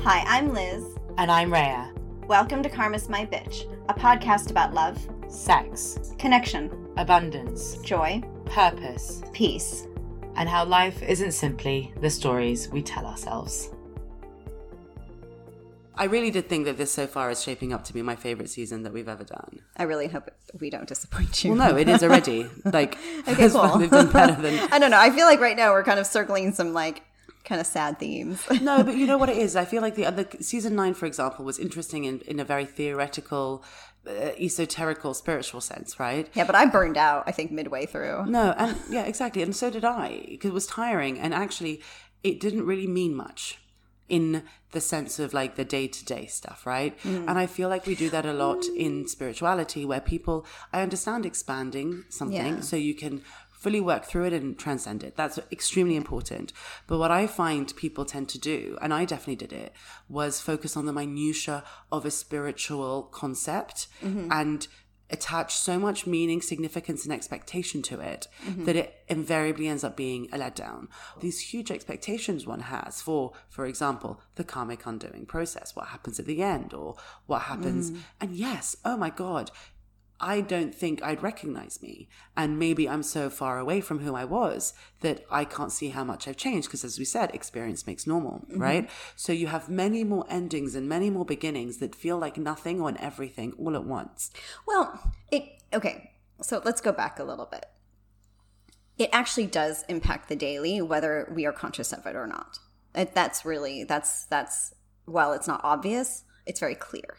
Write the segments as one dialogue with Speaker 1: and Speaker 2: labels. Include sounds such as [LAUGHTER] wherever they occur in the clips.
Speaker 1: Hi, I'm Liz.
Speaker 2: And I'm Raya.
Speaker 1: Welcome to Karma's My Bitch, a podcast about love,
Speaker 2: Sex,
Speaker 1: connection,
Speaker 2: abundance,
Speaker 1: joy,
Speaker 2: purpose,
Speaker 1: peace.
Speaker 2: and how life isn't simply the stories we tell ourselves. I really did think that this so far is shaping up to be my favourite season that we've
Speaker 1: [LAUGHS]
Speaker 2: ever done.
Speaker 1: I really hope we don't disappoint you.
Speaker 2: Well, no, it is already. Like,
Speaker 1: [LAUGHS] Okay,
Speaker 2: [LAUGHS] it's
Speaker 1: cool.
Speaker 2: we've done better than
Speaker 1: [LAUGHS] I don't know. I feel like right now we're kind of circling some like kind of sad themes. [LAUGHS]
Speaker 2: No, but you know what it is. I feel like the other season nine, for example, was interesting in, in a very theoretical, uh, esoterical, spiritual sense, right?
Speaker 1: yeah, but I burned out. I think midway through.
Speaker 2: No, and yeah, exactly. And so did I, because it was tiring. And actually, it didn't really mean much in the sense of like the day to day stuff, right? And I feel like we do that a lot in spirituality where people, I understand expanding something
Speaker 1: Yeah.
Speaker 2: so you can fully work through it and transcend it. That's extremely important. But what I find people tend to do, and I definitely did it, was focus on the minutia of a spiritual concept and attach so much meaning, significance, and expectation to it that it invariably ends up being a letdown. These huge expectations one has for, for example, the karmic undoing process, what happens at the end, or what happens. And yes, oh my God. I don't think I'd recognize me. And maybe I'm so far away from who I was that I can't see how much I've changed. Because as we said, experience makes normal, right? So you have many more endings and many more beginnings that feel like nothing on everything all at once.
Speaker 1: Well, it okay. So let's go back a little bit. It actually does impact the daily, whether we are conscious of it or not. It, that's really that's that's while it's not obvious, it's very clear,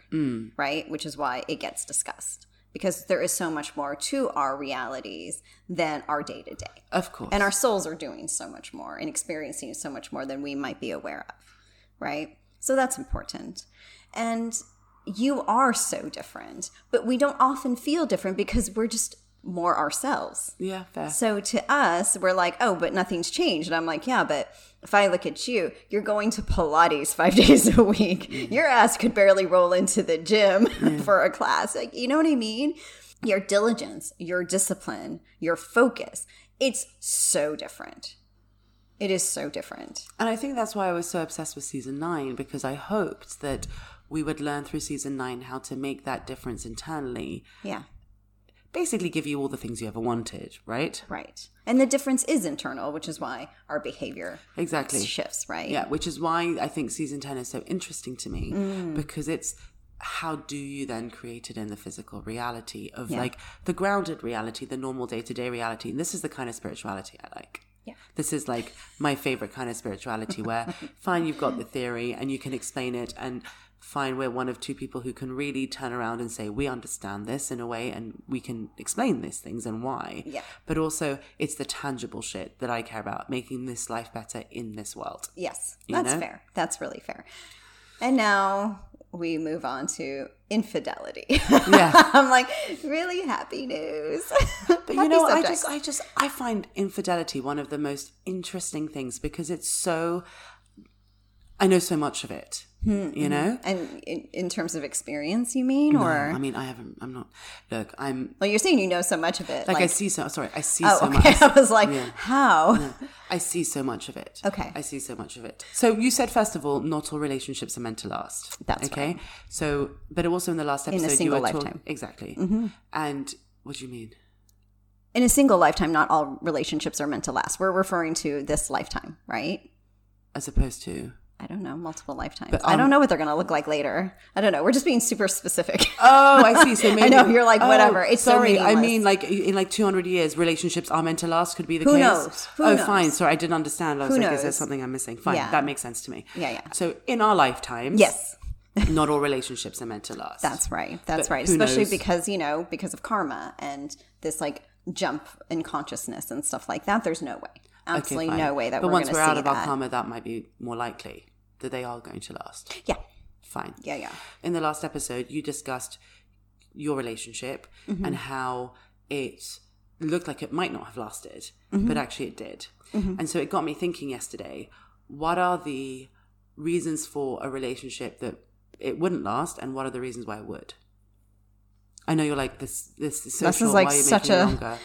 Speaker 1: right? Which is why it gets discussed because there is so much more to our realities than our day to day,
Speaker 2: Of course.
Speaker 1: and our souls are doing so much more and experiencing so much more than we might be aware of, right? So that's important, and you are so different, but we don't often feel different because we're just more ourselves.
Speaker 2: yeah, fair.
Speaker 1: So to us, we're like, oh, but nothing's changed. And I'm like, yeah, but if I look at you, you're going to Pilates [LAUGHS] five days a week.
Speaker 2: Mm.
Speaker 1: Your ass could barely roll into the gym [LAUGHS] for a class. Like, you know what I mean? Your diligence, your discipline, your focus. It's so different. It is so different.
Speaker 2: And I think that's why I was so obsessed with season nine because I hoped that we would learn through season nine how to make that difference internally.
Speaker 1: Yeah.
Speaker 2: Basically, give you all the things you ever wanted, right?
Speaker 1: Right. And the difference is internal, which is why our behavior
Speaker 2: Exactly.
Speaker 1: shifts, right?
Speaker 2: Yeah, which is why I think season 10 is so interesting to me
Speaker 1: Mm.
Speaker 2: because it's how do you then create it in the physical reality of
Speaker 1: Yeah.
Speaker 2: like the grounded reality, the normal day to day reality. And this is the kind of spirituality I like.
Speaker 1: Yeah.
Speaker 2: This is like my favorite kind of spirituality where fine, you've got the theory and you can explain it and fine, we're one of two people who can really turn around and say, we understand this in a way and we can explain these things and why.
Speaker 1: Yeah.
Speaker 2: But also it's the tangible shit that I care about, making this life better in this world.
Speaker 1: Yes,
Speaker 2: You
Speaker 1: that's
Speaker 2: know?
Speaker 1: fair. That's really fair. And now we move on to infidelity. [LAUGHS]
Speaker 2: Yeah.
Speaker 1: I'm like, really happy news. [LAUGHS]
Speaker 2: But you know, I just, I just, I find infidelity one of the most interesting things because it's so. I know so much of it, you know.
Speaker 1: and in, in terms of experience, you mean, or
Speaker 2: I mean, I haven't. I'm not. Look, I'm
Speaker 1: well, you're saying you know so much of it.
Speaker 2: like, I see so. Sorry, I see
Speaker 1: oh,
Speaker 2: so
Speaker 1: okay. [LAUGHS]
Speaker 2: much.
Speaker 1: I was like, how?
Speaker 2: I see so much of it.
Speaker 1: Okay.
Speaker 2: I see so much of it. So you said first of all, not all relationships are meant to last.
Speaker 1: That's
Speaker 2: okay. So, but also in the last
Speaker 1: a
Speaker 2: episode,
Speaker 1: single
Speaker 2: you were talk-
Speaker 1: lifetime. Mm-hmm.
Speaker 2: exactly. And what do you mean?
Speaker 1: In a single lifetime, not all relationships are meant to last. We're referring to this lifetime, right?
Speaker 2: As opposed to
Speaker 1: I don't know, multiple lifetimes.
Speaker 2: But,
Speaker 1: I don't
Speaker 2: um,
Speaker 1: know what they're going to look like later. I don't know. We're just being super specific.
Speaker 2: Oh, I see. So maybe Oh,
Speaker 1: know, you're like, whatever, it's so
Speaker 2: sorry. I
Speaker 1: meaningless.
Speaker 2: mean, like in like 200 years, relationships are meant to last. Could be the
Speaker 1: Who
Speaker 2: case.
Speaker 1: knows? Who
Speaker 2: oh,
Speaker 1: knows?
Speaker 2: fine. Sorry, I didn't understand. I was
Speaker 1: Who
Speaker 2: like, is there
Speaker 1: knows?
Speaker 2: something I'm missing? Fine,
Speaker 1: Yeah.
Speaker 2: that makes sense to me.
Speaker 1: Yeah, yeah.
Speaker 2: So in our
Speaker 1: [LAUGHS]
Speaker 2: lifetimes,
Speaker 1: yes. [LAUGHS]
Speaker 2: not all relationships are meant to last.
Speaker 1: That's right. That's
Speaker 2: But
Speaker 1: right.
Speaker 2: who
Speaker 1: Especially
Speaker 2: knows?
Speaker 1: because, you know, because of karma and this like jump in consciousness and stuff like that. There's no way.
Speaker 2: Okay,
Speaker 1: Absolutely
Speaker 2: fine.
Speaker 1: no way that
Speaker 2: But
Speaker 1: we're going
Speaker 2: once
Speaker 1: to
Speaker 2: we're
Speaker 1: see
Speaker 2: out of our
Speaker 1: that.
Speaker 2: karma, that might be more likely that they are going to last.
Speaker 1: yeah.
Speaker 2: Fine.
Speaker 1: Yeah, yeah.
Speaker 2: in the last episode you discussed your relationship
Speaker 1: Mm-hmm.
Speaker 2: and how it looked like it might not have lasted
Speaker 1: Mm-hmm.
Speaker 2: but actually it did and so it got me thinking yesterday what are the reasons for a relationship that it wouldn't last and what are the reasons why it would i know you're like this this is social
Speaker 1: This is like
Speaker 2: why are you
Speaker 1: such
Speaker 2: making
Speaker 1: a-
Speaker 2: it longer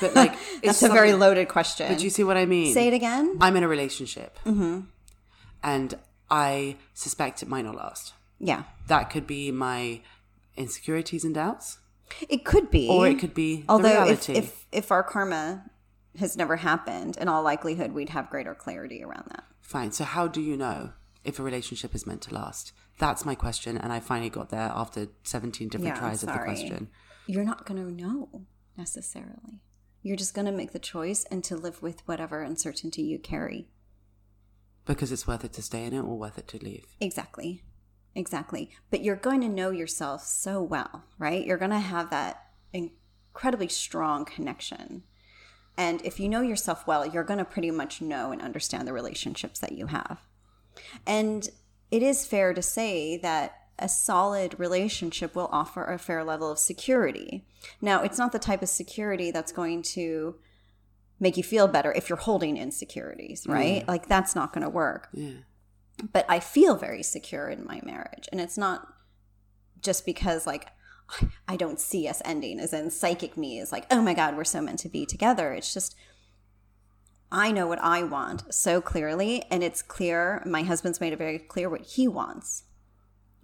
Speaker 2: but like
Speaker 1: [LAUGHS] That's a very
Speaker 2: something-
Speaker 1: loaded question.
Speaker 2: but you see what i mean
Speaker 1: Say it again.
Speaker 2: I'm in a relationship. And I suspect it might not last.
Speaker 1: Yeah.
Speaker 2: That could be my insecurities and doubts,
Speaker 1: It could be.
Speaker 2: or it could be the
Speaker 1: Eh? Although if,
Speaker 2: reality.
Speaker 1: if if our karma has never happened, in all likelihood we'd have greater clarity around that.
Speaker 2: Fine. So, how do you know if a relationship is meant to last? That's my question, and I finally got there after 17 different
Speaker 1: Yeah,
Speaker 2: tries of the
Speaker 1: sorry.
Speaker 2: question.
Speaker 1: You're not going to know necessarily. You're just going to make the choice and to live with whatever uncertainty you carry.
Speaker 2: Because it's worth it to stay in it or worth it to leave.
Speaker 1: Exactly. Exactly. But you're going to know yourself so well, right? You're going to have that incredibly strong connection. And if you know yourself well, you're going to pretty much know and understand the relationships that you have. And it is fair to say that a solid relationship will offer a fair level of security. Now, it's not the type of security that's going to make you feel better if you're holding insecurities, right? Like that's not going to work
Speaker 2: Yeah.
Speaker 1: but I feel very secure in my marriage. And it's not just because like I don't see us ending, as in psychic me is like, oh my God, we're so meant to be together. It's just I know what I want so clearly, and it's clear. My husband's made it very clear what he wants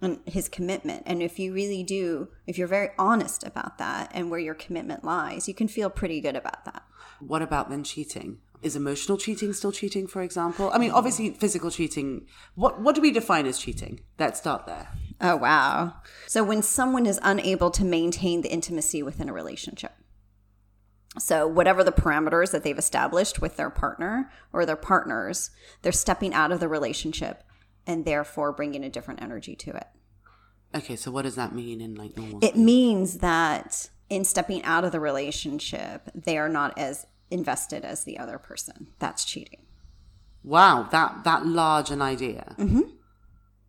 Speaker 1: and his commitment. And if you really do, if you're very honest about that and where your commitment lies, you can feel pretty good about that.
Speaker 2: What about then cheating? Is emotional cheating still cheating, for example? I mean, obviously, physical cheating. What what do we define as cheating? Let's start there.
Speaker 1: Oh, wow. So when someone is unable to maintain the intimacy within a relationship. So, whatever the parameters that they've established with their partner or their partners, they're stepping out of the relationship and therefore bringing a different energy to it.
Speaker 2: Okay, so what does that mean in like normal?
Speaker 1: It means that in stepping out of the relationship, they are not as invested as the other person. That's cheating.
Speaker 2: wow, that that large an idea.
Speaker 1: Mm-hmm.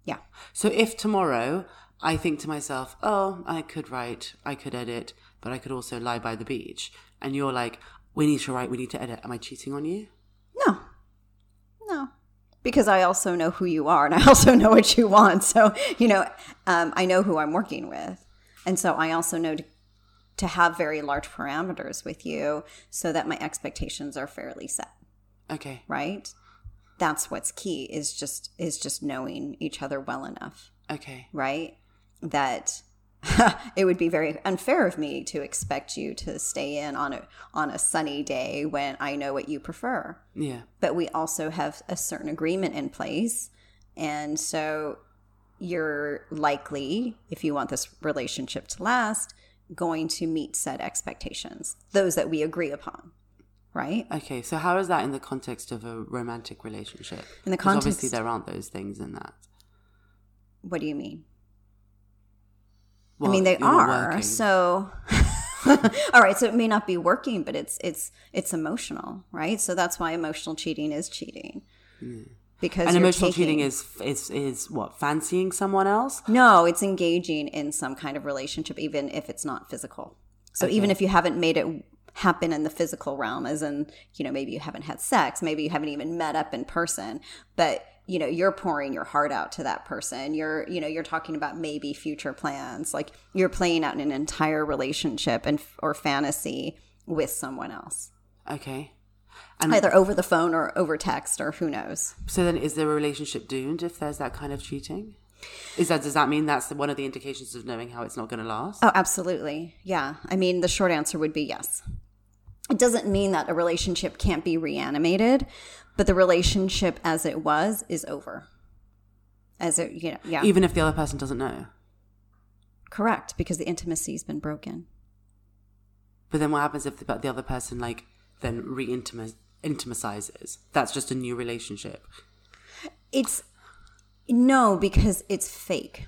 Speaker 1: Yeah.
Speaker 2: So if tomorrow I think to myself, oh, I could write, I could edit, but I could also lie by the beach, and you're like, we need to write, we need to edit. Am I cheating on you?
Speaker 1: No. No. Because I also know who you are and I [LAUGHS] also know what you want. So, you know, um, I know who I'm working with. And so I also know to, to have very large parameters with you so that my expectations are fairly set,
Speaker 2: Okay,
Speaker 1: right? That's what's key is just is just knowing each other well enough
Speaker 2: okay.
Speaker 1: right? That [LAUGHS] it would be very unfair of me to expect you to stay in on a on a sunny day when I know what you prefer.
Speaker 2: Yeah.
Speaker 1: But we also have a certain agreement in place, and so you're likely, if you want this relationship to last, going to meet said expectations, those that we agree upon, right?
Speaker 2: Okay, so how is that in the context of a romantic relationship?
Speaker 1: In the
Speaker 2: 'Cause obviously
Speaker 1: context-
Speaker 2: there aren't those things in that.
Speaker 1: What do you mean?
Speaker 2: Well,
Speaker 1: I mean, they
Speaker 2: you're not
Speaker 1: are.
Speaker 2: working.
Speaker 1: So, [LAUGHS] all right. So it may not be working, but it's it's it's emotional, right? So that's why emotional cheating is cheating because
Speaker 2: Hmm. and
Speaker 1: you're
Speaker 2: emotional
Speaker 1: taking-
Speaker 2: cheating is is is what fancying someone else.
Speaker 1: no, it's engaging in some kind of relationship, even if it's not physical. So even if you haven't made it happen in the physical realm, as in you know maybe you haven't had sex, maybe you haven't even met up in person, but you know you're pouring your heart out to that person. You're you know you're talking about maybe future plans, like you're playing out an entire relationship and or fantasy with someone else,
Speaker 2: Okay, and
Speaker 1: either over the phone or over text or who knows.
Speaker 2: so then is the relationship doomed if there's that kind of cheating? Is that does that mean that's one of the indications of knowing how it's not going to last?
Speaker 1: Oh, absolutely. Yeah. I mean, the short answer would be yes. It doesn't mean that a relationship can't be reanimated, but the relationship as it was is over. As it, you know, yeah.
Speaker 2: Even if the other person doesn't know.
Speaker 1: Correct, because the intimacy's been broken.
Speaker 2: But then what happens if the, but the other person like then re-intimacizes? That's just a new relationship.
Speaker 1: It's no, because it's fake.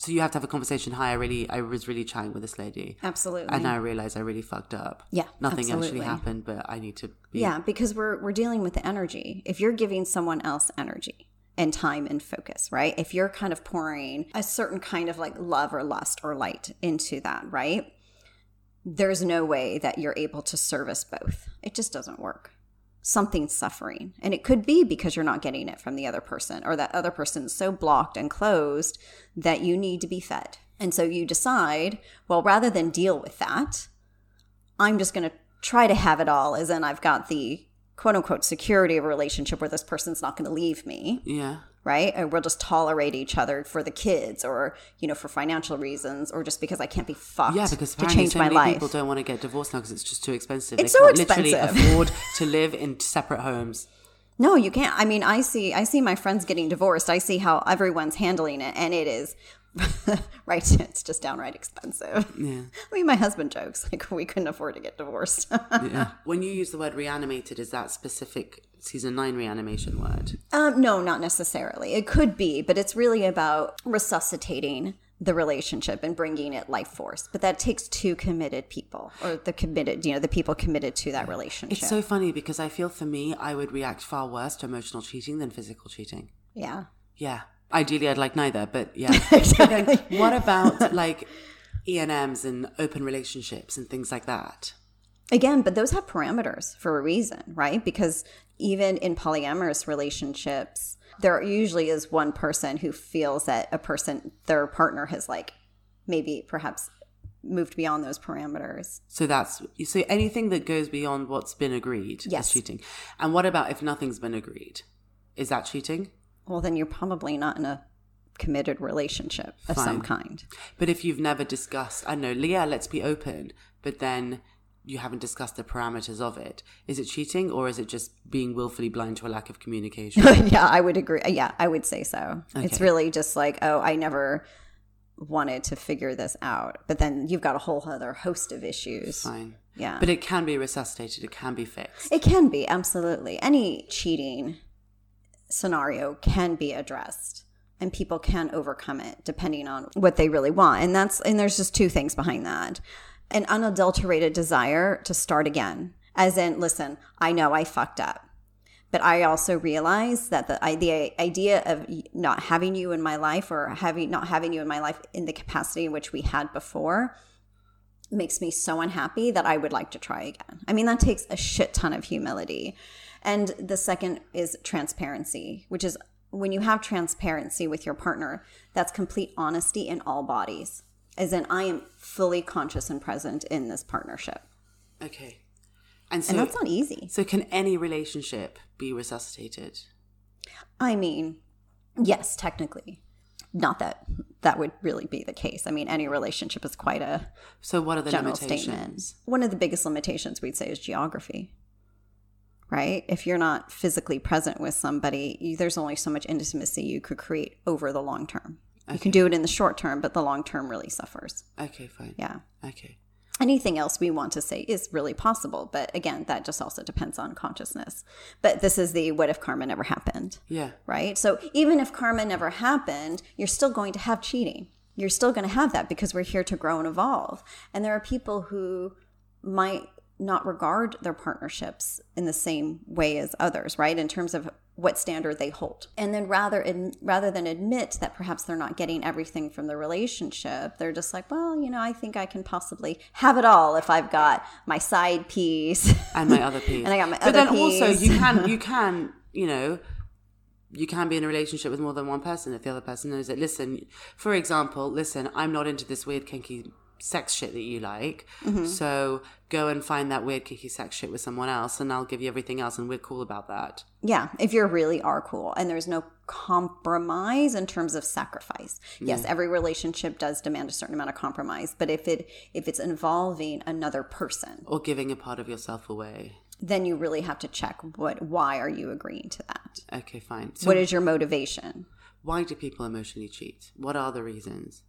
Speaker 2: So you have to have a conversation. Hi, I really, I was really chatting with this lady.
Speaker 1: Absolutely.
Speaker 2: and I realized I really fucked up.
Speaker 1: Yeah,
Speaker 2: nothing
Speaker 1: absolutely.
Speaker 2: actually happened, but I need to. Be,
Speaker 1: Yeah, because we're we're dealing with the energy. If you're giving someone else energy and time and focus, right? If you're kind of pouring a certain kind of like love or lust or light into that, right? There's no way that you're able to service both. It just doesn't work. Something's suffering. And it could be because you're not getting it from the other person or that other person's so blocked and closed that you need to be fed. And so you decide, well, rather than deal with that, I'm just going to try to have it all, as in I've got the quote unquote security of a relationship where this person's not going to leave me,
Speaker 2: Yeah.
Speaker 1: right? And we'll just tolerate each other for the kids or, you know, for financial reasons or just because I can't be fucked
Speaker 2: Yeah,
Speaker 1: to
Speaker 2: because apparently
Speaker 1: change
Speaker 2: so
Speaker 1: my
Speaker 2: many
Speaker 1: life.
Speaker 2: people don't want to get divorced now because it's just too expensive.
Speaker 1: It's
Speaker 2: they
Speaker 1: so
Speaker 2: can't literally
Speaker 1: expensive.
Speaker 2: afford to live in separate homes.
Speaker 1: No, you can't. I mean, I see I see my friends getting divorced. I see how everyone's handling it and it is [LAUGHS] right it's just downright expensive.
Speaker 2: Yeah.
Speaker 1: [LAUGHS] I mean, my husband jokes like we couldn't afford to get divorced. [LAUGHS]
Speaker 2: Yeah. Ah, when you use the word reanimated, is that specific season nine reanimation word?
Speaker 1: Um, no, not necessarily. It could be, but it's really about resuscitating the relationship and bringing it life force. But that takes two committed people, or the committed, you know, the people committed to that relationship.
Speaker 2: It's so funny because I feel for me, I would react far worse to emotional cheating than physical cheating.
Speaker 1: yeah,
Speaker 2: Yeah. Ideally, I'd like neither, but yeah. But then what about like E&Ms and open relationships and things like that?
Speaker 1: again, but those have parameters for a reason, right? Because even in polyamorous relationships, there usually is one person who feels that a person, their partner, has like maybe perhaps moved beyond those parameters.
Speaker 2: So that's so anything that goes beyond what's been agreed
Speaker 1: Yes.
Speaker 2: is cheating. And what about if nothing's been agreed? Is that cheating?
Speaker 1: well then you're probably not in a committed relationship of some kind
Speaker 2: But if you've never discussed, I know, yeah, let's be open, but then you haven't discussed the parameters of it. Is it cheating or is it just being willfully blind to a lack of communication?
Speaker 1: [LAUGHS] yeah i would agree yeah i would say so it's
Speaker 2: Okay.
Speaker 1: really just like oh i never wanted to figure this out but then you've got a whole other host of issues
Speaker 2: Fine.
Speaker 1: yeah
Speaker 2: But it can be resuscitated, it can be fixed.
Speaker 1: it can be absolutely any cheating scenario can be addressed and people can overcome it depending on what they really want and that's and there's just two things behind that an unadulterated desire to start again as in listen i know i fucked up but i also realize that the, I, the idea of not having you in my life or having not having you in my life in the capacity in which we had before makes me so unhappy that I would like to try again. I mean, that takes a shit ton of humility. And the second is transparency, which is when you have transparency with your partner, that's complete honesty in all bodies. As in, I am fully conscious and present in this partnership.
Speaker 2: Okay. And so,
Speaker 1: And that's not easy.
Speaker 2: so can any relationship be resuscitated?
Speaker 1: I mean, yes, technically. Not that that would really be the case. I mean, any relationship is quite a
Speaker 2: So what are the
Speaker 1: general
Speaker 2: limitations?
Speaker 1: statement. One of the biggest limitations we'd say is geography, right? If you're not physically present with somebody, you, there's only so much intimacy you could create over the long term. You can do it in the short term, but the long term really suffers.
Speaker 2: Okay, fine.
Speaker 1: Yeah.
Speaker 2: Okay.
Speaker 1: Anything else we want to say is really possible, but again, that just also depends on consciousness. But this is the what if karma never happened
Speaker 2: Yeah.
Speaker 1: right? So even if karma never happened, you're still going to have cheating. You're still going to have that because we're here to grow and evolve. And there are people who might not regard their partnerships in the same way as others, right? In terms of what standard they hold. And then rather in, rather than admit that perhaps they're not getting everything from the relationship, they're just like, well, you know, I think I can possibly have it all if I've got my side piece. [LAUGHS]
Speaker 2: and my other piece.
Speaker 1: And I got my
Speaker 2: But
Speaker 1: other
Speaker 2: then also
Speaker 1: piece.
Speaker 2: you can you can you know you can be in a relationship with more than one person if the other person knows it. Listen, for example, listen, I'm not into this weird kinky sex shit that you like.
Speaker 1: Mm-hmm.
Speaker 2: So go and find that weird kinky sex shit with someone else, and I'll give you everything else, and we're cool about that.
Speaker 1: Yeah, if you really are cool and there's no compromise in terms of sacrifice. Yes, every relationship does demand a certain amount of compromise, but if it if it's involving another person,
Speaker 2: Or giving a part of yourself away.
Speaker 1: then you really have to check what why are you agreeing to that?
Speaker 2: Okay, fine. So
Speaker 1: What is your motivation?
Speaker 2: why do people emotionally cheat? What are the reasons?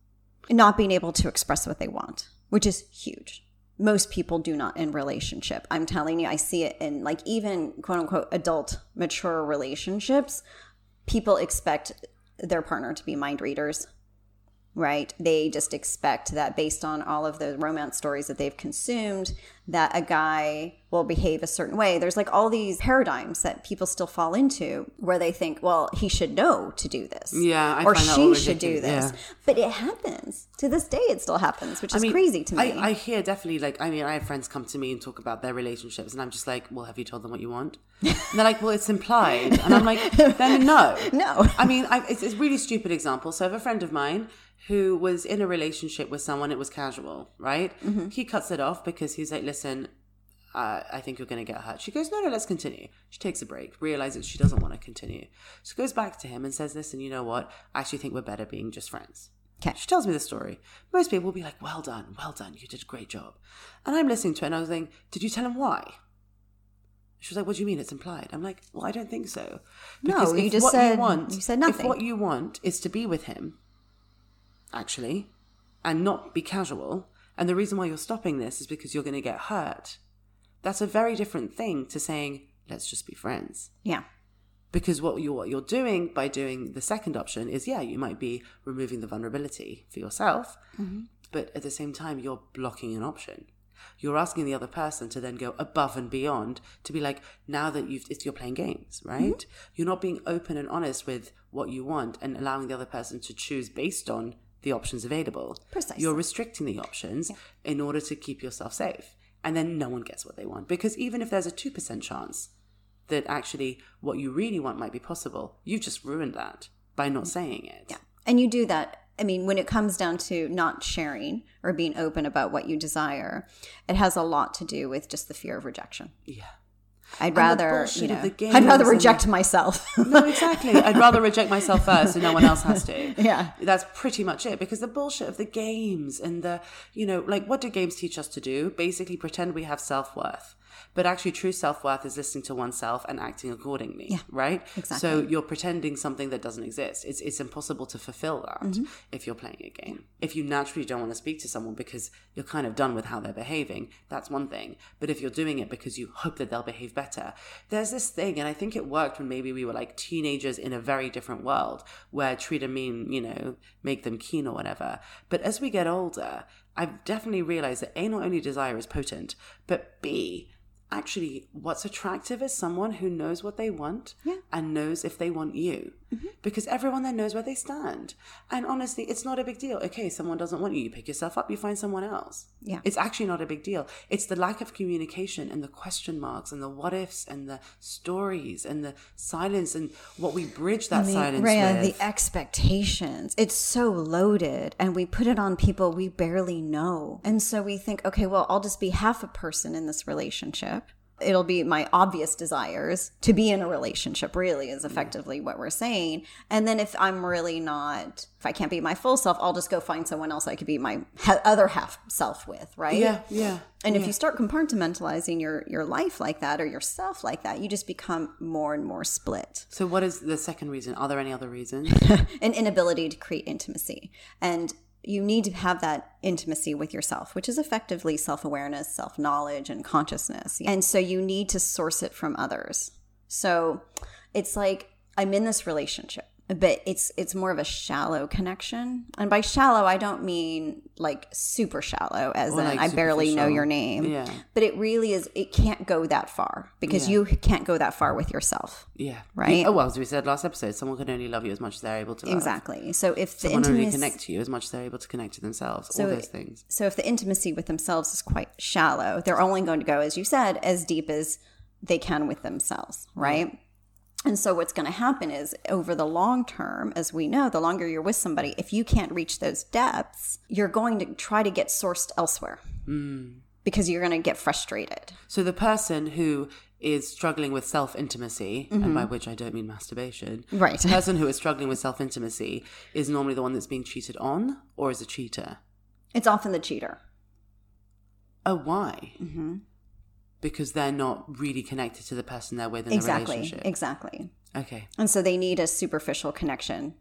Speaker 1: Not being able to express what they want, which is huge. Most people do not in relationship. I'm telling you, I see it in like even quote unquote adult mature relationships. People expect their partner to be mind readers. right? They just expect that based on all of the romance stories that they've consumed, that a guy will behave a certain way. There's like all these paradigms that people still fall into where they think, well, he should know to do this.
Speaker 2: Yeah, I
Speaker 1: or
Speaker 2: find that
Speaker 1: she
Speaker 2: all
Speaker 1: should do this.
Speaker 2: ridiculous, yeah.
Speaker 1: But it happens. To this day, it still happens, which is crazy to me.
Speaker 2: I, I hear definitely like I mean I have friends come to me and talk about their relationships and I'm just like, well, have you told them what you want? And they're like, well, it's implied, and I'm like, then no,
Speaker 1: [LAUGHS] No.
Speaker 2: I mean, I, it's, it's a really stupid example. So I have a friend of mine who was
Speaker 1: Mm-hmm.
Speaker 2: in a relationship with someone. It was casual, right? He cuts it off because he's like, listen, uh, I think you're going to get hurt. She goes, no, no, let's continue. She takes a break, realizes she doesn't want to continue. She goes back to him and says, listen, you know what? I actually think we're better being just friends.
Speaker 1: 'Kay.
Speaker 2: She tells me the story. Most people will be like, well done, well done. You did a great job. And I'm listening to it and I was like, did you tell him why? She was like, what do you mean it's implied? I'm like, well, I don't think so.
Speaker 1: No,
Speaker 2: if
Speaker 1: you just
Speaker 2: what
Speaker 1: said- you said
Speaker 2: If
Speaker 1: nothing.
Speaker 2: what you want is to be with him, actually, and not be casual, and the reason why you're stopping this is because you're going to get hurt, that's a very different thing to saying, let's just be friends.
Speaker 1: Yeah.
Speaker 2: Because what you're, what you're doing by doing the second option is, yeah, you might be removing the vulnerability for yourself, but at the same time, you're blocking an option. You're asking the other person to then go above and beyond to be like, now that you've, it's, you're playing games, right? You're not being open and honest with what you want and allowing the other person to choose based on the options available.
Speaker 1: Precisely.
Speaker 2: You're restricting the options in order to keep yourself safe. And then no one gets what they want. Because even if there's a 2% chance that actually what you really want might be possible, you've just ruined that by not saying it.
Speaker 1: Yeah. And you do that. I mean, when it comes down to not sharing or being open about what you desire, it has a lot to do with just the fear of rejection.
Speaker 2: Yeah.
Speaker 1: I'd
Speaker 2: the
Speaker 1: rather,
Speaker 2: bullshit
Speaker 1: you
Speaker 2: of
Speaker 1: know,
Speaker 2: the games
Speaker 1: I'd rather
Speaker 2: and
Speaker 1: reject myself. [LAUGHS]
Speaker 2: No, exactly. I'd rather reject myself first and no one else has to.
Speaker 1: Yeah.
Speaker 2: That's pretty much it because the bullshit of the games and the, you know, like what do games teach us to do? Basically pretend we have self worth. But actually, true self worth is listening to oneself and acting accordingly, right?
Speaker 1: exactly.
Speaker 2: So you're pretending something that doesn't exist. It's, it's impossible to fulfill that
Speaker 1: Mm-hmm.
Speaker 2: if you're playing a game. If you naturally don't want to speak to someone because you're kind of done with how they're behaving, that's one thing. But if you're doing it because you hope that they'll behave better, there's this thing, and I think it worked when maybe we were like teenagers in a very different world where treat them mean, you know, make them keen or whatever. But as we get older, I've definitely realized that A, not only desire is potent, but B, actually what's attractive is someone who knows what they want and knows if they want you because everyone then knows where they stand and honestly it's not a big deal okay someone doesn't want you you pick yourself up you find someone else
Speaker 1: Yeah.
Speaker 2: it's actually not a big deal it's the lack of communication and the question marks and the what ifs and the stories and the silence and what we bridge that
Speaker 1: I mean,
Speaker 2: silence
Speaker 1: Rhea,
Speaker 2: with
Speaker 1: the expectations. It's so loaded, and we put it on people we barely know. And so we think, okay, well, I'll just be half a person in this relationship. It'll be my obvious desires to be in a relationship, really, is effectively what we're saying. And then if I'm really not, if I can't be my full self, I'll just go find someone else I could be my ha- other half self with, right?
Speaker 2: yeah yeah
Speaker 1: And if you start compartmentalizing your, your life like that or yourself like that, you just become more and more split
Speaker 2: so what is the second reason are there any other
Speaker 1: [LAUGHS]
Speaker 2: reasons
Speaker 1: an inability to create intimacy. And you need to have that intimacy with yourself, which is effectively self awareness, self knowledge, and consciousness. And so you need to source it from others. So it's like I'm in this relationship but it's it's more of a shallow connection and by shallow i don't mean like super shallow as in
Speaker 2: like
Speaker 1: i barely know
Speaker 2: superficial.
Speaker 1: your name
Speaker 2: Yeah.
Speaker 1: but it really is it can't go that far because you can't go that far with yourself
Speaker 2: yeah
Speaker 1: Right.
Speaker 2: oh well as we said last episode someone can only love you as much as they're able to love
Speaker 1: exactly so if the
Speaker 2: Someone only
Speaker 1: intimacy
Speaker 2: connect to you as much as they're able to connect to themselves. all
Speaker 1: So
Speaker 2: those things.
Speaker 1: So if the intimacy with themselves is quite shallow, they're only going to go, as you said, as deep as they can with themselves, right? And so what's going to happen is over the long term, as we know, the longer you're with somebody, if you can't reach those depths, you're going to try to get sourced elsewhere.
Speaker 2: Mm.
Speaker 1: Because you're going to get frustrated.
Speaker 2: So the person who is struggling with self intimacy, and by which I don't mean masturbation,
Speaker 1: Mm-hmm. Right.
Speaker 2: the person who is struggling with self intimacy is normally the one that's being cheated on or is a cheater.
Speaker 1: It's often the cheater.
Speaker 2: Oh, why? Mm-hmm. Because they're not really connected to the person they're with in the
Speaker 1: Exactly.
Speaker 2: relationship.
Speaker 1: Exactly.
Speaker 2: Okay.
Speaker 1: And so they need a superficial connection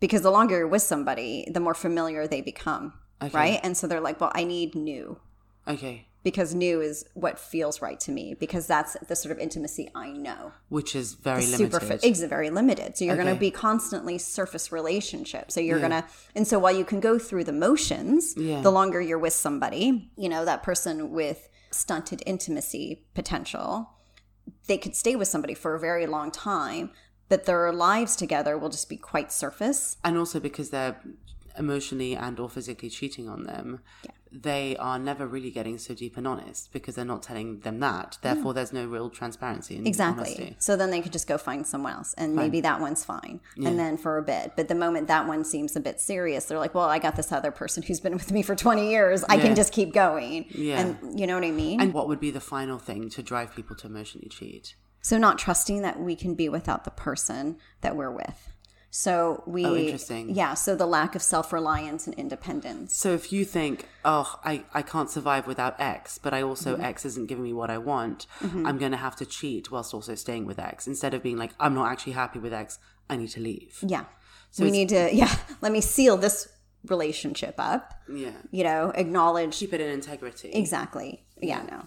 Speaker 1: because the longer you're with somebody, the more familiar they become.
Speaker 2: Okay.
Speaker 1: Right. And so they're like, well, I need new
Speaker 2: Okay.
Speaker 1: because new is what feels right to me because that's the sort of intimacy I know.
Speaker 2: Which is very
Speaker 1: Super,
Speaker 2: limited.
Speaker 1: it's very limited. So you're going
Speaker 2: Okay.
Speaker 1: to be constantly surface relationship. So you're going to, and so while you can go through the motions,
Speaker 2: Yeah.
Speaker 1: the longer you're with somebody, you know, that person with stunted intimacy potential, they could stay with somebody for a very long time, but their lives together will just be quite surface.
Speaker 2: and also because they're emotionally and or physically cheating on them
Speaker 1: Yeah.
Speaker 2: they are never really getting so deep and honest because they're not telling them that therefore there's no real transparency and
Speaker 1: Hmm. Exactly.
Speaker 2: honesty.
Speaker 1: So then they could just go find someone else and maybe that one's fine. And then for a bit. But the moment that one seems a bit serious, they're like, well, I got this other person who's been with me for 20 years. I
Speaker 2: Yeah.
Speaker 1: can just keep going.
Speaker 2: Yeah.
Speaker 1: And you know what I mean?
Speaker 2: and what would be the final thing to drive people to emotionally cheat
Speaker 1: so not trusting that we can be without the person that we're with. So we.
Speaker 2: Oh, interesting.
Speaker 1: Yeah. So the lack of self reliance and independence.
Speaker 2: So if you think, oh, I, I can't survive without X, but I also,
Speaker 1: Mm-hmm.
Speaker 2: X isn't giving me what I want, I'm going to have to cheat whilst also staying with X instead of being like, I'm not actually happy with X, I need to leave.
Speaker 1: Yeah. we need to, [LAUGHS] yeah, let me seal this relationship up,
Speaker 2: Yeah.
Speaker 1: you know, acknowledge
Speaker 2: Keep it in integrity.
Speaker 1: Exactly. Yeah, no.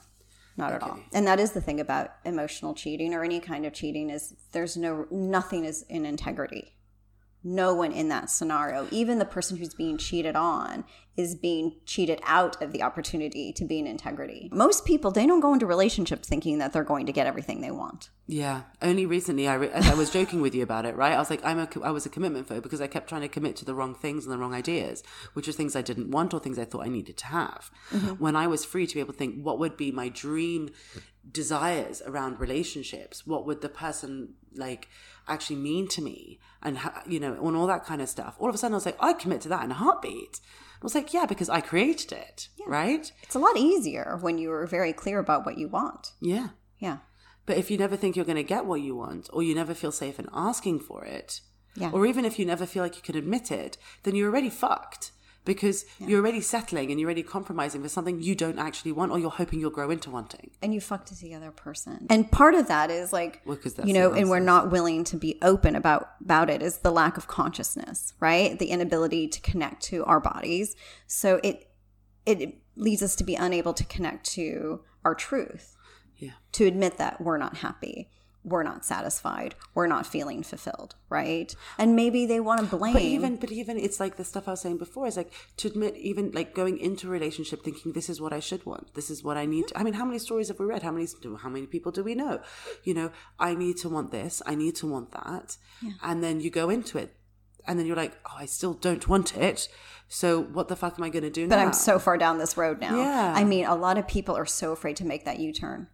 Speaker 1: Not at all.
Speaker 2: Okay.
Speaker 1: And that is the thing about emotional cheating or any kind of cheating is there's no nothing is in integrity. No one in that scenario, even the person who's being cheated on, is being cheated out of the opportunity to be in integrity. Most people, they don't go into relationships thinking that they're going to get everything they want.
Speaker 2: Yeah. Only recently, I, re- as I was joking with you about it, right? I was like, I'm a, co- I was a commitment phobe because I kept trying to commit to the wrong things and the wrong ideas, which are things I didn't want or things I thought I needed to have. When I was free to be able to think, what would be my dream desires around relationships? What would the person like actually mean to me? And how, you know, and all that kind of stuff. All of a sudden, I was like, I commit to that in a heartbeat. I was like, yeah, because I created it, right?
Speaker 1: It's a lot easier when you are very clear about what you want.
Speaker 2: Yeah.
Speaker 1: Yeah.
Speaker 2: But if you never think you're going to get what you want, or you never feel safe in asking for it,
Speaker 1: Yeah.
Speaker 2: or even if you never feel like you can admit it, then you're already fucked because you're already settling and you're already compromising for something you don't actually want or you're hoping you'll grow into wanting.
Speaker 1: and you fucked the other person. And part of that is like,
Speaker 2: Well, 'cause that's
Speaker 1: you know,
Speaker 2: the
Speaker 1: and we're
Speaker 2: nonsense.
Speaker 1: not willing to be open about about it is the lack of consciousness, right? The inability to connect to our bodies. So it it leads us to be unable to connect to our truth.
Speaker 2: Yeah.
Speaker 1: To admit that we're not happy, we're not satisfied, we're not feeling fulfilled, right? And maybe they want to blame.
Speaker 2: But even, but even, it's like the stuff I was saying before is like to admit, even like going into a relationship thinking this is what I should want, this is what I need. To, I mean, how many stories have we read? How many, how many people do we know? You know, I need to want this, I need to want that, and then you go into it, and then you're like, oh, I still don't want it. So what the fuck am I going to do
Speaker 1: but
Speaker 2: now?
Speaker 1: I'm so far down this road now.
Speaker 2: Yeah.
Speaker 1: I mean, a lot of people are so afraid to make that U turn.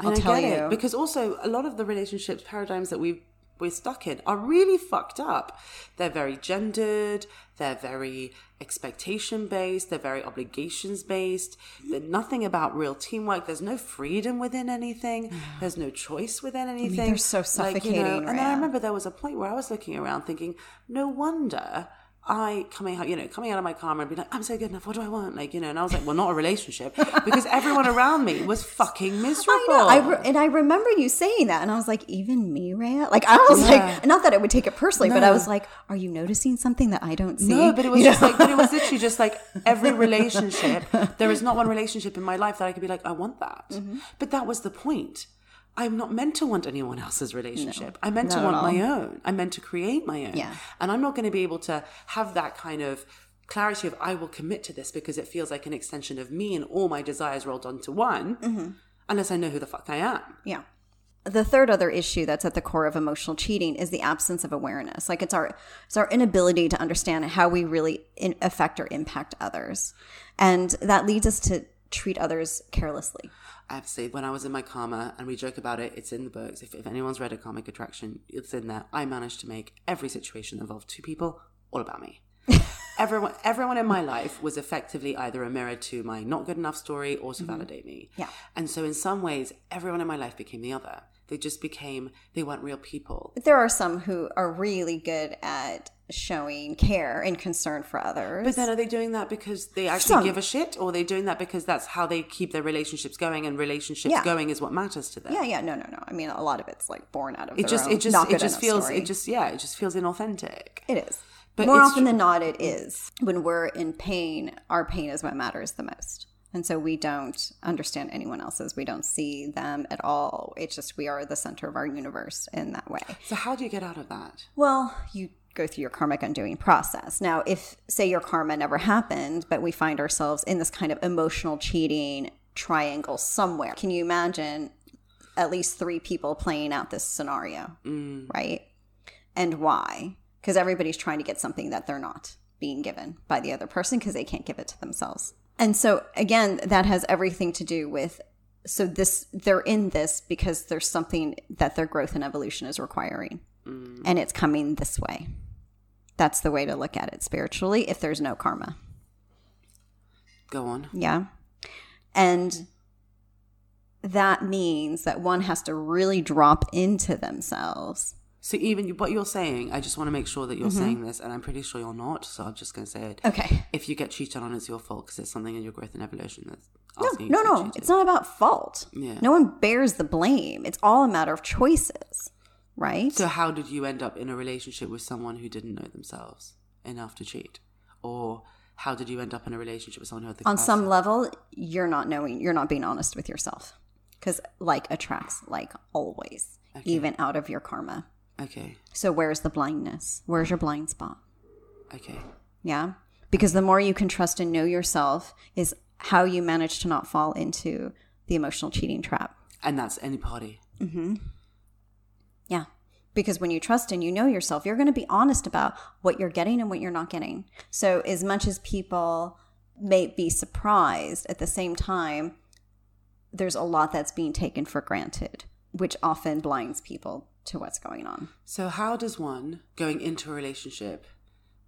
Speaker 1: I'll
Speaker 2: And I
Speaker 1: tell
Speaker 2: get
Speaker 1: you.
Speaker 2: it because also a lot of the relationships paradigms that we we're stuck in are really fucked up. They're very gendered. They're very expectation based. They're very obligations based. There's nothing about real teamwork. There's no freedom within anything.
Speaker 1: [SIGHS]
Speaker 2: There's no choice within anything.
Speaker 1: they're so suffocating,
Speaker 2: and then I
Speaker 1: Rhea.
Speaker 2: remember there was a point where I was looking around thinking, no wonder. I coming out, you know, coming out of my car and being like, I'm so good enough. What do I want? Like, you know, and I was like, well, not a relationship because everyone around me was fucking miserable.
Speaker 1: [LAUGHS] I know. I re- and I remember you saying that, and I was like, even me, Raya. Like I was
Speaker 2: Yeah.
Speaker 1: like, not that I would take it personally, but I
Speaker 2: No.
Speaker 1: was like, are you noticing something that I don't see?
Speaker 2: No, but it was
Speaker 1: You
Speaker 2: just
Speaker 1: know?
Speaker 2: like, but it was literally just
Speaker 1: [LAUGHS]
Speaker 2: like every relationship. There is not one relationship in my life that I could be like, I want that.
Speaker 1: Mm-hmm.
Speaker 2: But that was the point. I'm not meant to want anyone else's relationship. I'm meant to
Speaker 1: not at
Speaker 2: want my own. I'm meant to create my own.
Speaker 1: Yeah.
Speaker 2: And I'm not going to be able to have that kind of clarity of I will commit to this because it feels like an extension of me and all my desires rolled onto one,
Speaker 1: Mm-hmm.
Speaker 2: unless I know who the fuck I am.
Speaker 1: yeah. The third other issue that's at the core of emotional cheating is the absence of awareness. Like it's our it's our inability to understand how we really in, affect or impact others, and that leads us to treat others carelessly.
Speaker 2: I have to say, when I was in my karma, and we joke about it, it's in the books. If, if anyone's read A Karmic Attraction, it's in there. I managed to make every situation that involved two people all
Speaker 1: [LAUGHS]
Speaker 2: about me. everyone, everyone in my life was effectively either a mirror to my not good enough story or to validate me.
Speaker 1: Mm-hmm. Yeah.
Speaker 2: And so, in some ways, everyone in my life became the other. They just became, they weren't real people.
Speaker 1: There are some who are really good at showing care and concern for others.
Speaker 2: But then are they doing that because they actually
Speaker 1: Some.
Speaker 2: give a shit or are they doing that because that's how they keep their relationships going and relationships
Speaker 1: Yeah.
Speaker 2: going is what matters to them?
Speaker 1: Yeah, yeah, no, no, no. I mean, a lot of it's like born out of
Speaker 2: It
Speaker 1: their
Speaker 2: just,
Speaker 1: own
Speaker 2: it
Speaker 1: not
Speaker 2: just,
Speaker 1: good
Speaker 2: it just
Speaker 1: enough
Speaker 2: feels,
Speaker 1: story.
Speaker 2: it just, yeah, it just feels inauthentic.
Speaker 1: it is.
Speaker 2: But
Speaker 1: more
Speaker 2: it's
Speaker 1: often than not, it is. When we're in pain, our pain is what matters the most, and so we don't understand anyone else's. We don't see them at all. It's just we are the center of our universe in that way.
Speaker 2: So how do you get out of that?
Speaker 1: Well, you go through your karmic undoing process. Now, if, say, your karma never happened, but we find ourselves in this kind of emotional cheating triangle somewhere, can you imagine at least three people playing out this scenario? Right? And why? Because everybody's trying to get something that they're not. being given by the other person because they can't give it to themselves. And so again, that has everything to do with so this they're in this because there's something that their growth and evolution is requiring. And it's coming this way. That's the way to look at it spiritually if there's no karma.
Speaker 2: Go on.
Speaker 1: Yeah. And that means that one has to really drop into themselves.
Speaker 2: So even what you're saying, I just want to make sure that you're
Speaker 1: Mm-hmm.
Speaker 2: saying this, and I'm pretty sure you're not. So I'm just going to say it.
Speaker 1: Okay.
Speaker 2: If you get cheated on, it's your fault because it's something in your growth and evolution that's
Speaker 1: No,
Speaker 2: asking you
Speaker 1: no,
Speaker 2: to get
Speaker 1: no.
Speaker 2: cheated.
Speaker 1: It's not about fault.
Speaker 2: Yeah.
Speaker 1: No one bears the blame. It's all a matter of choices, right?
Speaker 2: So how did you end up in a relationship with someone who didn't know themselves enough to cheat, or how did you end up in a relationship with someone who had the
Speaker 1: On
Speaker 2: capacity-
Speaker 1: some level, you're not knowing, you're not being honest with yourself because like attracts like always, even out of your karma.
Speaker 2: Okay,
Speaker 1: So, where's the blindness? Where's your blind spot?
Speaker 2: okay,
Speaker 1: Yeah. Because the more you can trust and know yourself is how you manage to not fall into the emotional cheating trap.
Speaker 2: and that's any party.
Speaker 1: Yeah. Because when you trust and you know yourself, you're going to be honest about what you're getting and what you're not getting. So, as much as people may be surprised, at the same time, there's a lot that's being taken for granted, which often blinds people to what's going on.
Speaker 2: So how does one going into a relationship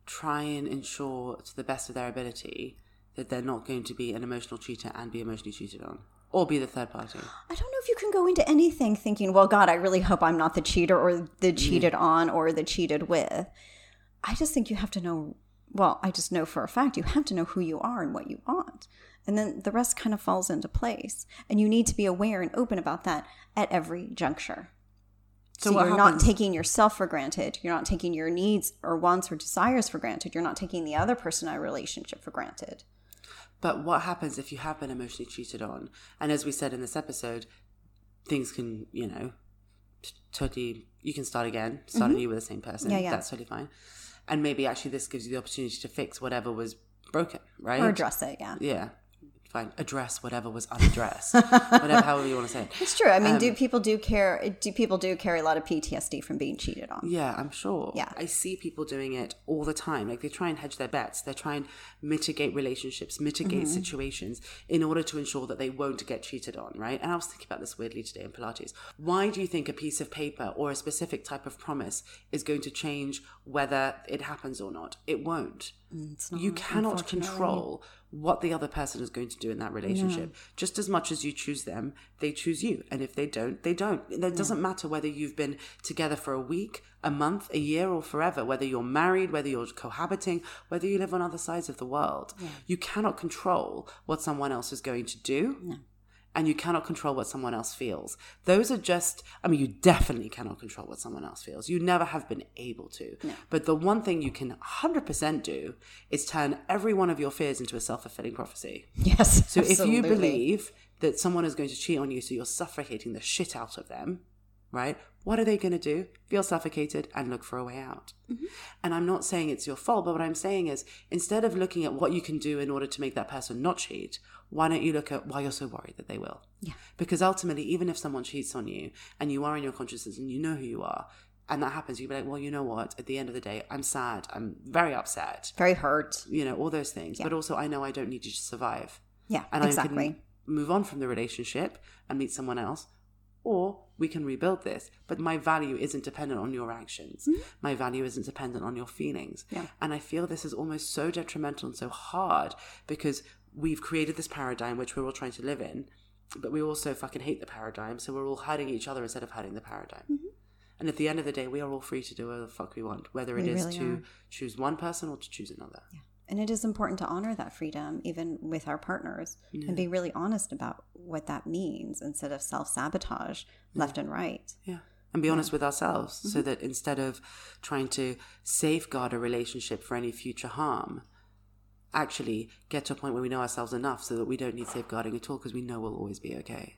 Speaker 2: try and ensure to the best of their ability that they're not going to be an emotional cheater and be emotionally cheated on, or be the third party?
Speaker 1: I don't know if you can go into anything thinking, well, God, I really hope I'm not the cheater or the
Speaker 2: Mm-hmm.
Speaker 1: cheated on or the cheated with. I just think you have to know, well, I just know for a fact you have to know who you are and what you want. And then the rest kind of falls into place. And you need to be aware and open about that at every juncture. So,
Speaker 2: what
Speaker 1: you're not
Speaker 2: happens-
Speaker 1: taking yourself for granted. You're not taking your needs or wants or desires for granted. You're not taking the other person in a relationship for granted.
Speaker 2: But what happens if you have been emotionally cheated on? And as we said in this episode, things can, you know, t- totally, you can start again, start anew with the same person.
Speaker 1: Mm-hmm. Yeah, yeah.
Speaker 2: That's totally fine. And maybe actually this gives you the opportunity to fix whatever was broken, right?
Speaker 1: Or address it, yeah.
Speaker 2: Yeah. Fine. Address whatever was unaddressed. whatever, however you want to say it.
Speaker 1: It's true. I mean,
Speaker 2: Um,
Speaker 1: do people do care? eh, Do people do carry a lot of PTSD from being cheated
Speaker 2: [LAUGHS]
Speaker 1: on?
Speaker 2: Yeah, I'm sure.
Speaker 1: Yeah.
Speaker 2: I see people doing it all the time. Like they try and hedge their bets. They try and mitigate relationships, mitigate situations in order to ensure that they won't get cheated on, right? And I was thinking about this weirdly today in Pilates. Why do you think a piece of paper or a specific type of promise is going to change whether it happens or not? It won't. you cannot control what the other person is going to do in that relationship. Just as much as you choose them, they choose you. And if they don't, they don't. It doesn't matter whether you've been together for a week, a month, a year, or forever, whether you're married, whether you're cohabiting, whether you live on other sides of the world. You cannot control what someone else is going to do. And you cannot control what someone else feels. Those are just, I mean, you definitely cannot control what someone else feels. You never have been able to. But the one thing you can 100% do is turn every one of your fears into a self fulfilling prophecy.
Speaker 1: Yes.
Speaker 2: So if you believe that someone is going to cheat on you, so you're suffocating the shit out of them, right? What are they going to do? Feel suffocated and look for a way out. And I'm not saying it's your fault, but what I'm saying is instead of looking at what you can do in order to make that person not cheat, why don't you look at why you're so worried that they will? Yeah. Because ultimately, even if someone cheats on you and you are in your consciousness and you know who you are, and that happens, you'd be like, well, you know what? At the end of the day, I'm sad. I'm very upset.
Speaker 1: very hurt.
Speaker 2: You know, all those things. But also, I know I don't need you to survive
Speaker 1: Yeah,
Speaker 2: and I
Speaker 1: exactly.
Speaker 2: can move on from the relationship and meet someone else, or we can rebuild this. But my value isn't dependent on your actions. My value isn't dependent on your feelings.
Speaker 1: Hmm? Yeah.
Speaker 2: And I feel this is almost so detrimental and so hard because we've created this paradigm which we're all trying to live in, but we also fucking hate the paradigm. So we're all hurting each other instead of hurting the paradigm.
Speaker 1: Mm-hmm.
Speaker 2: And at the end of the day, we are all free to do whatever the fuck we want, whether it
Speaker 1: We
Speaker 2: is
Speaker 1: really
Speaker 2: to
Speaker 1: are.
Speaker 2: choose one person or to choose another.
Speaker 1: and it is important to honor that freedom, even with our partners, and be really honest about what that means instead of self sabotage left and right.
Speaker 2: Yeah. And be honest with ourselves so that instead of trying to safeguard a relationship for any future harm, actually get to a point where we know ourselves enough so that we don't need safeguarding at all because we know we'll always be okay.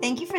Speaker 1: Thank you for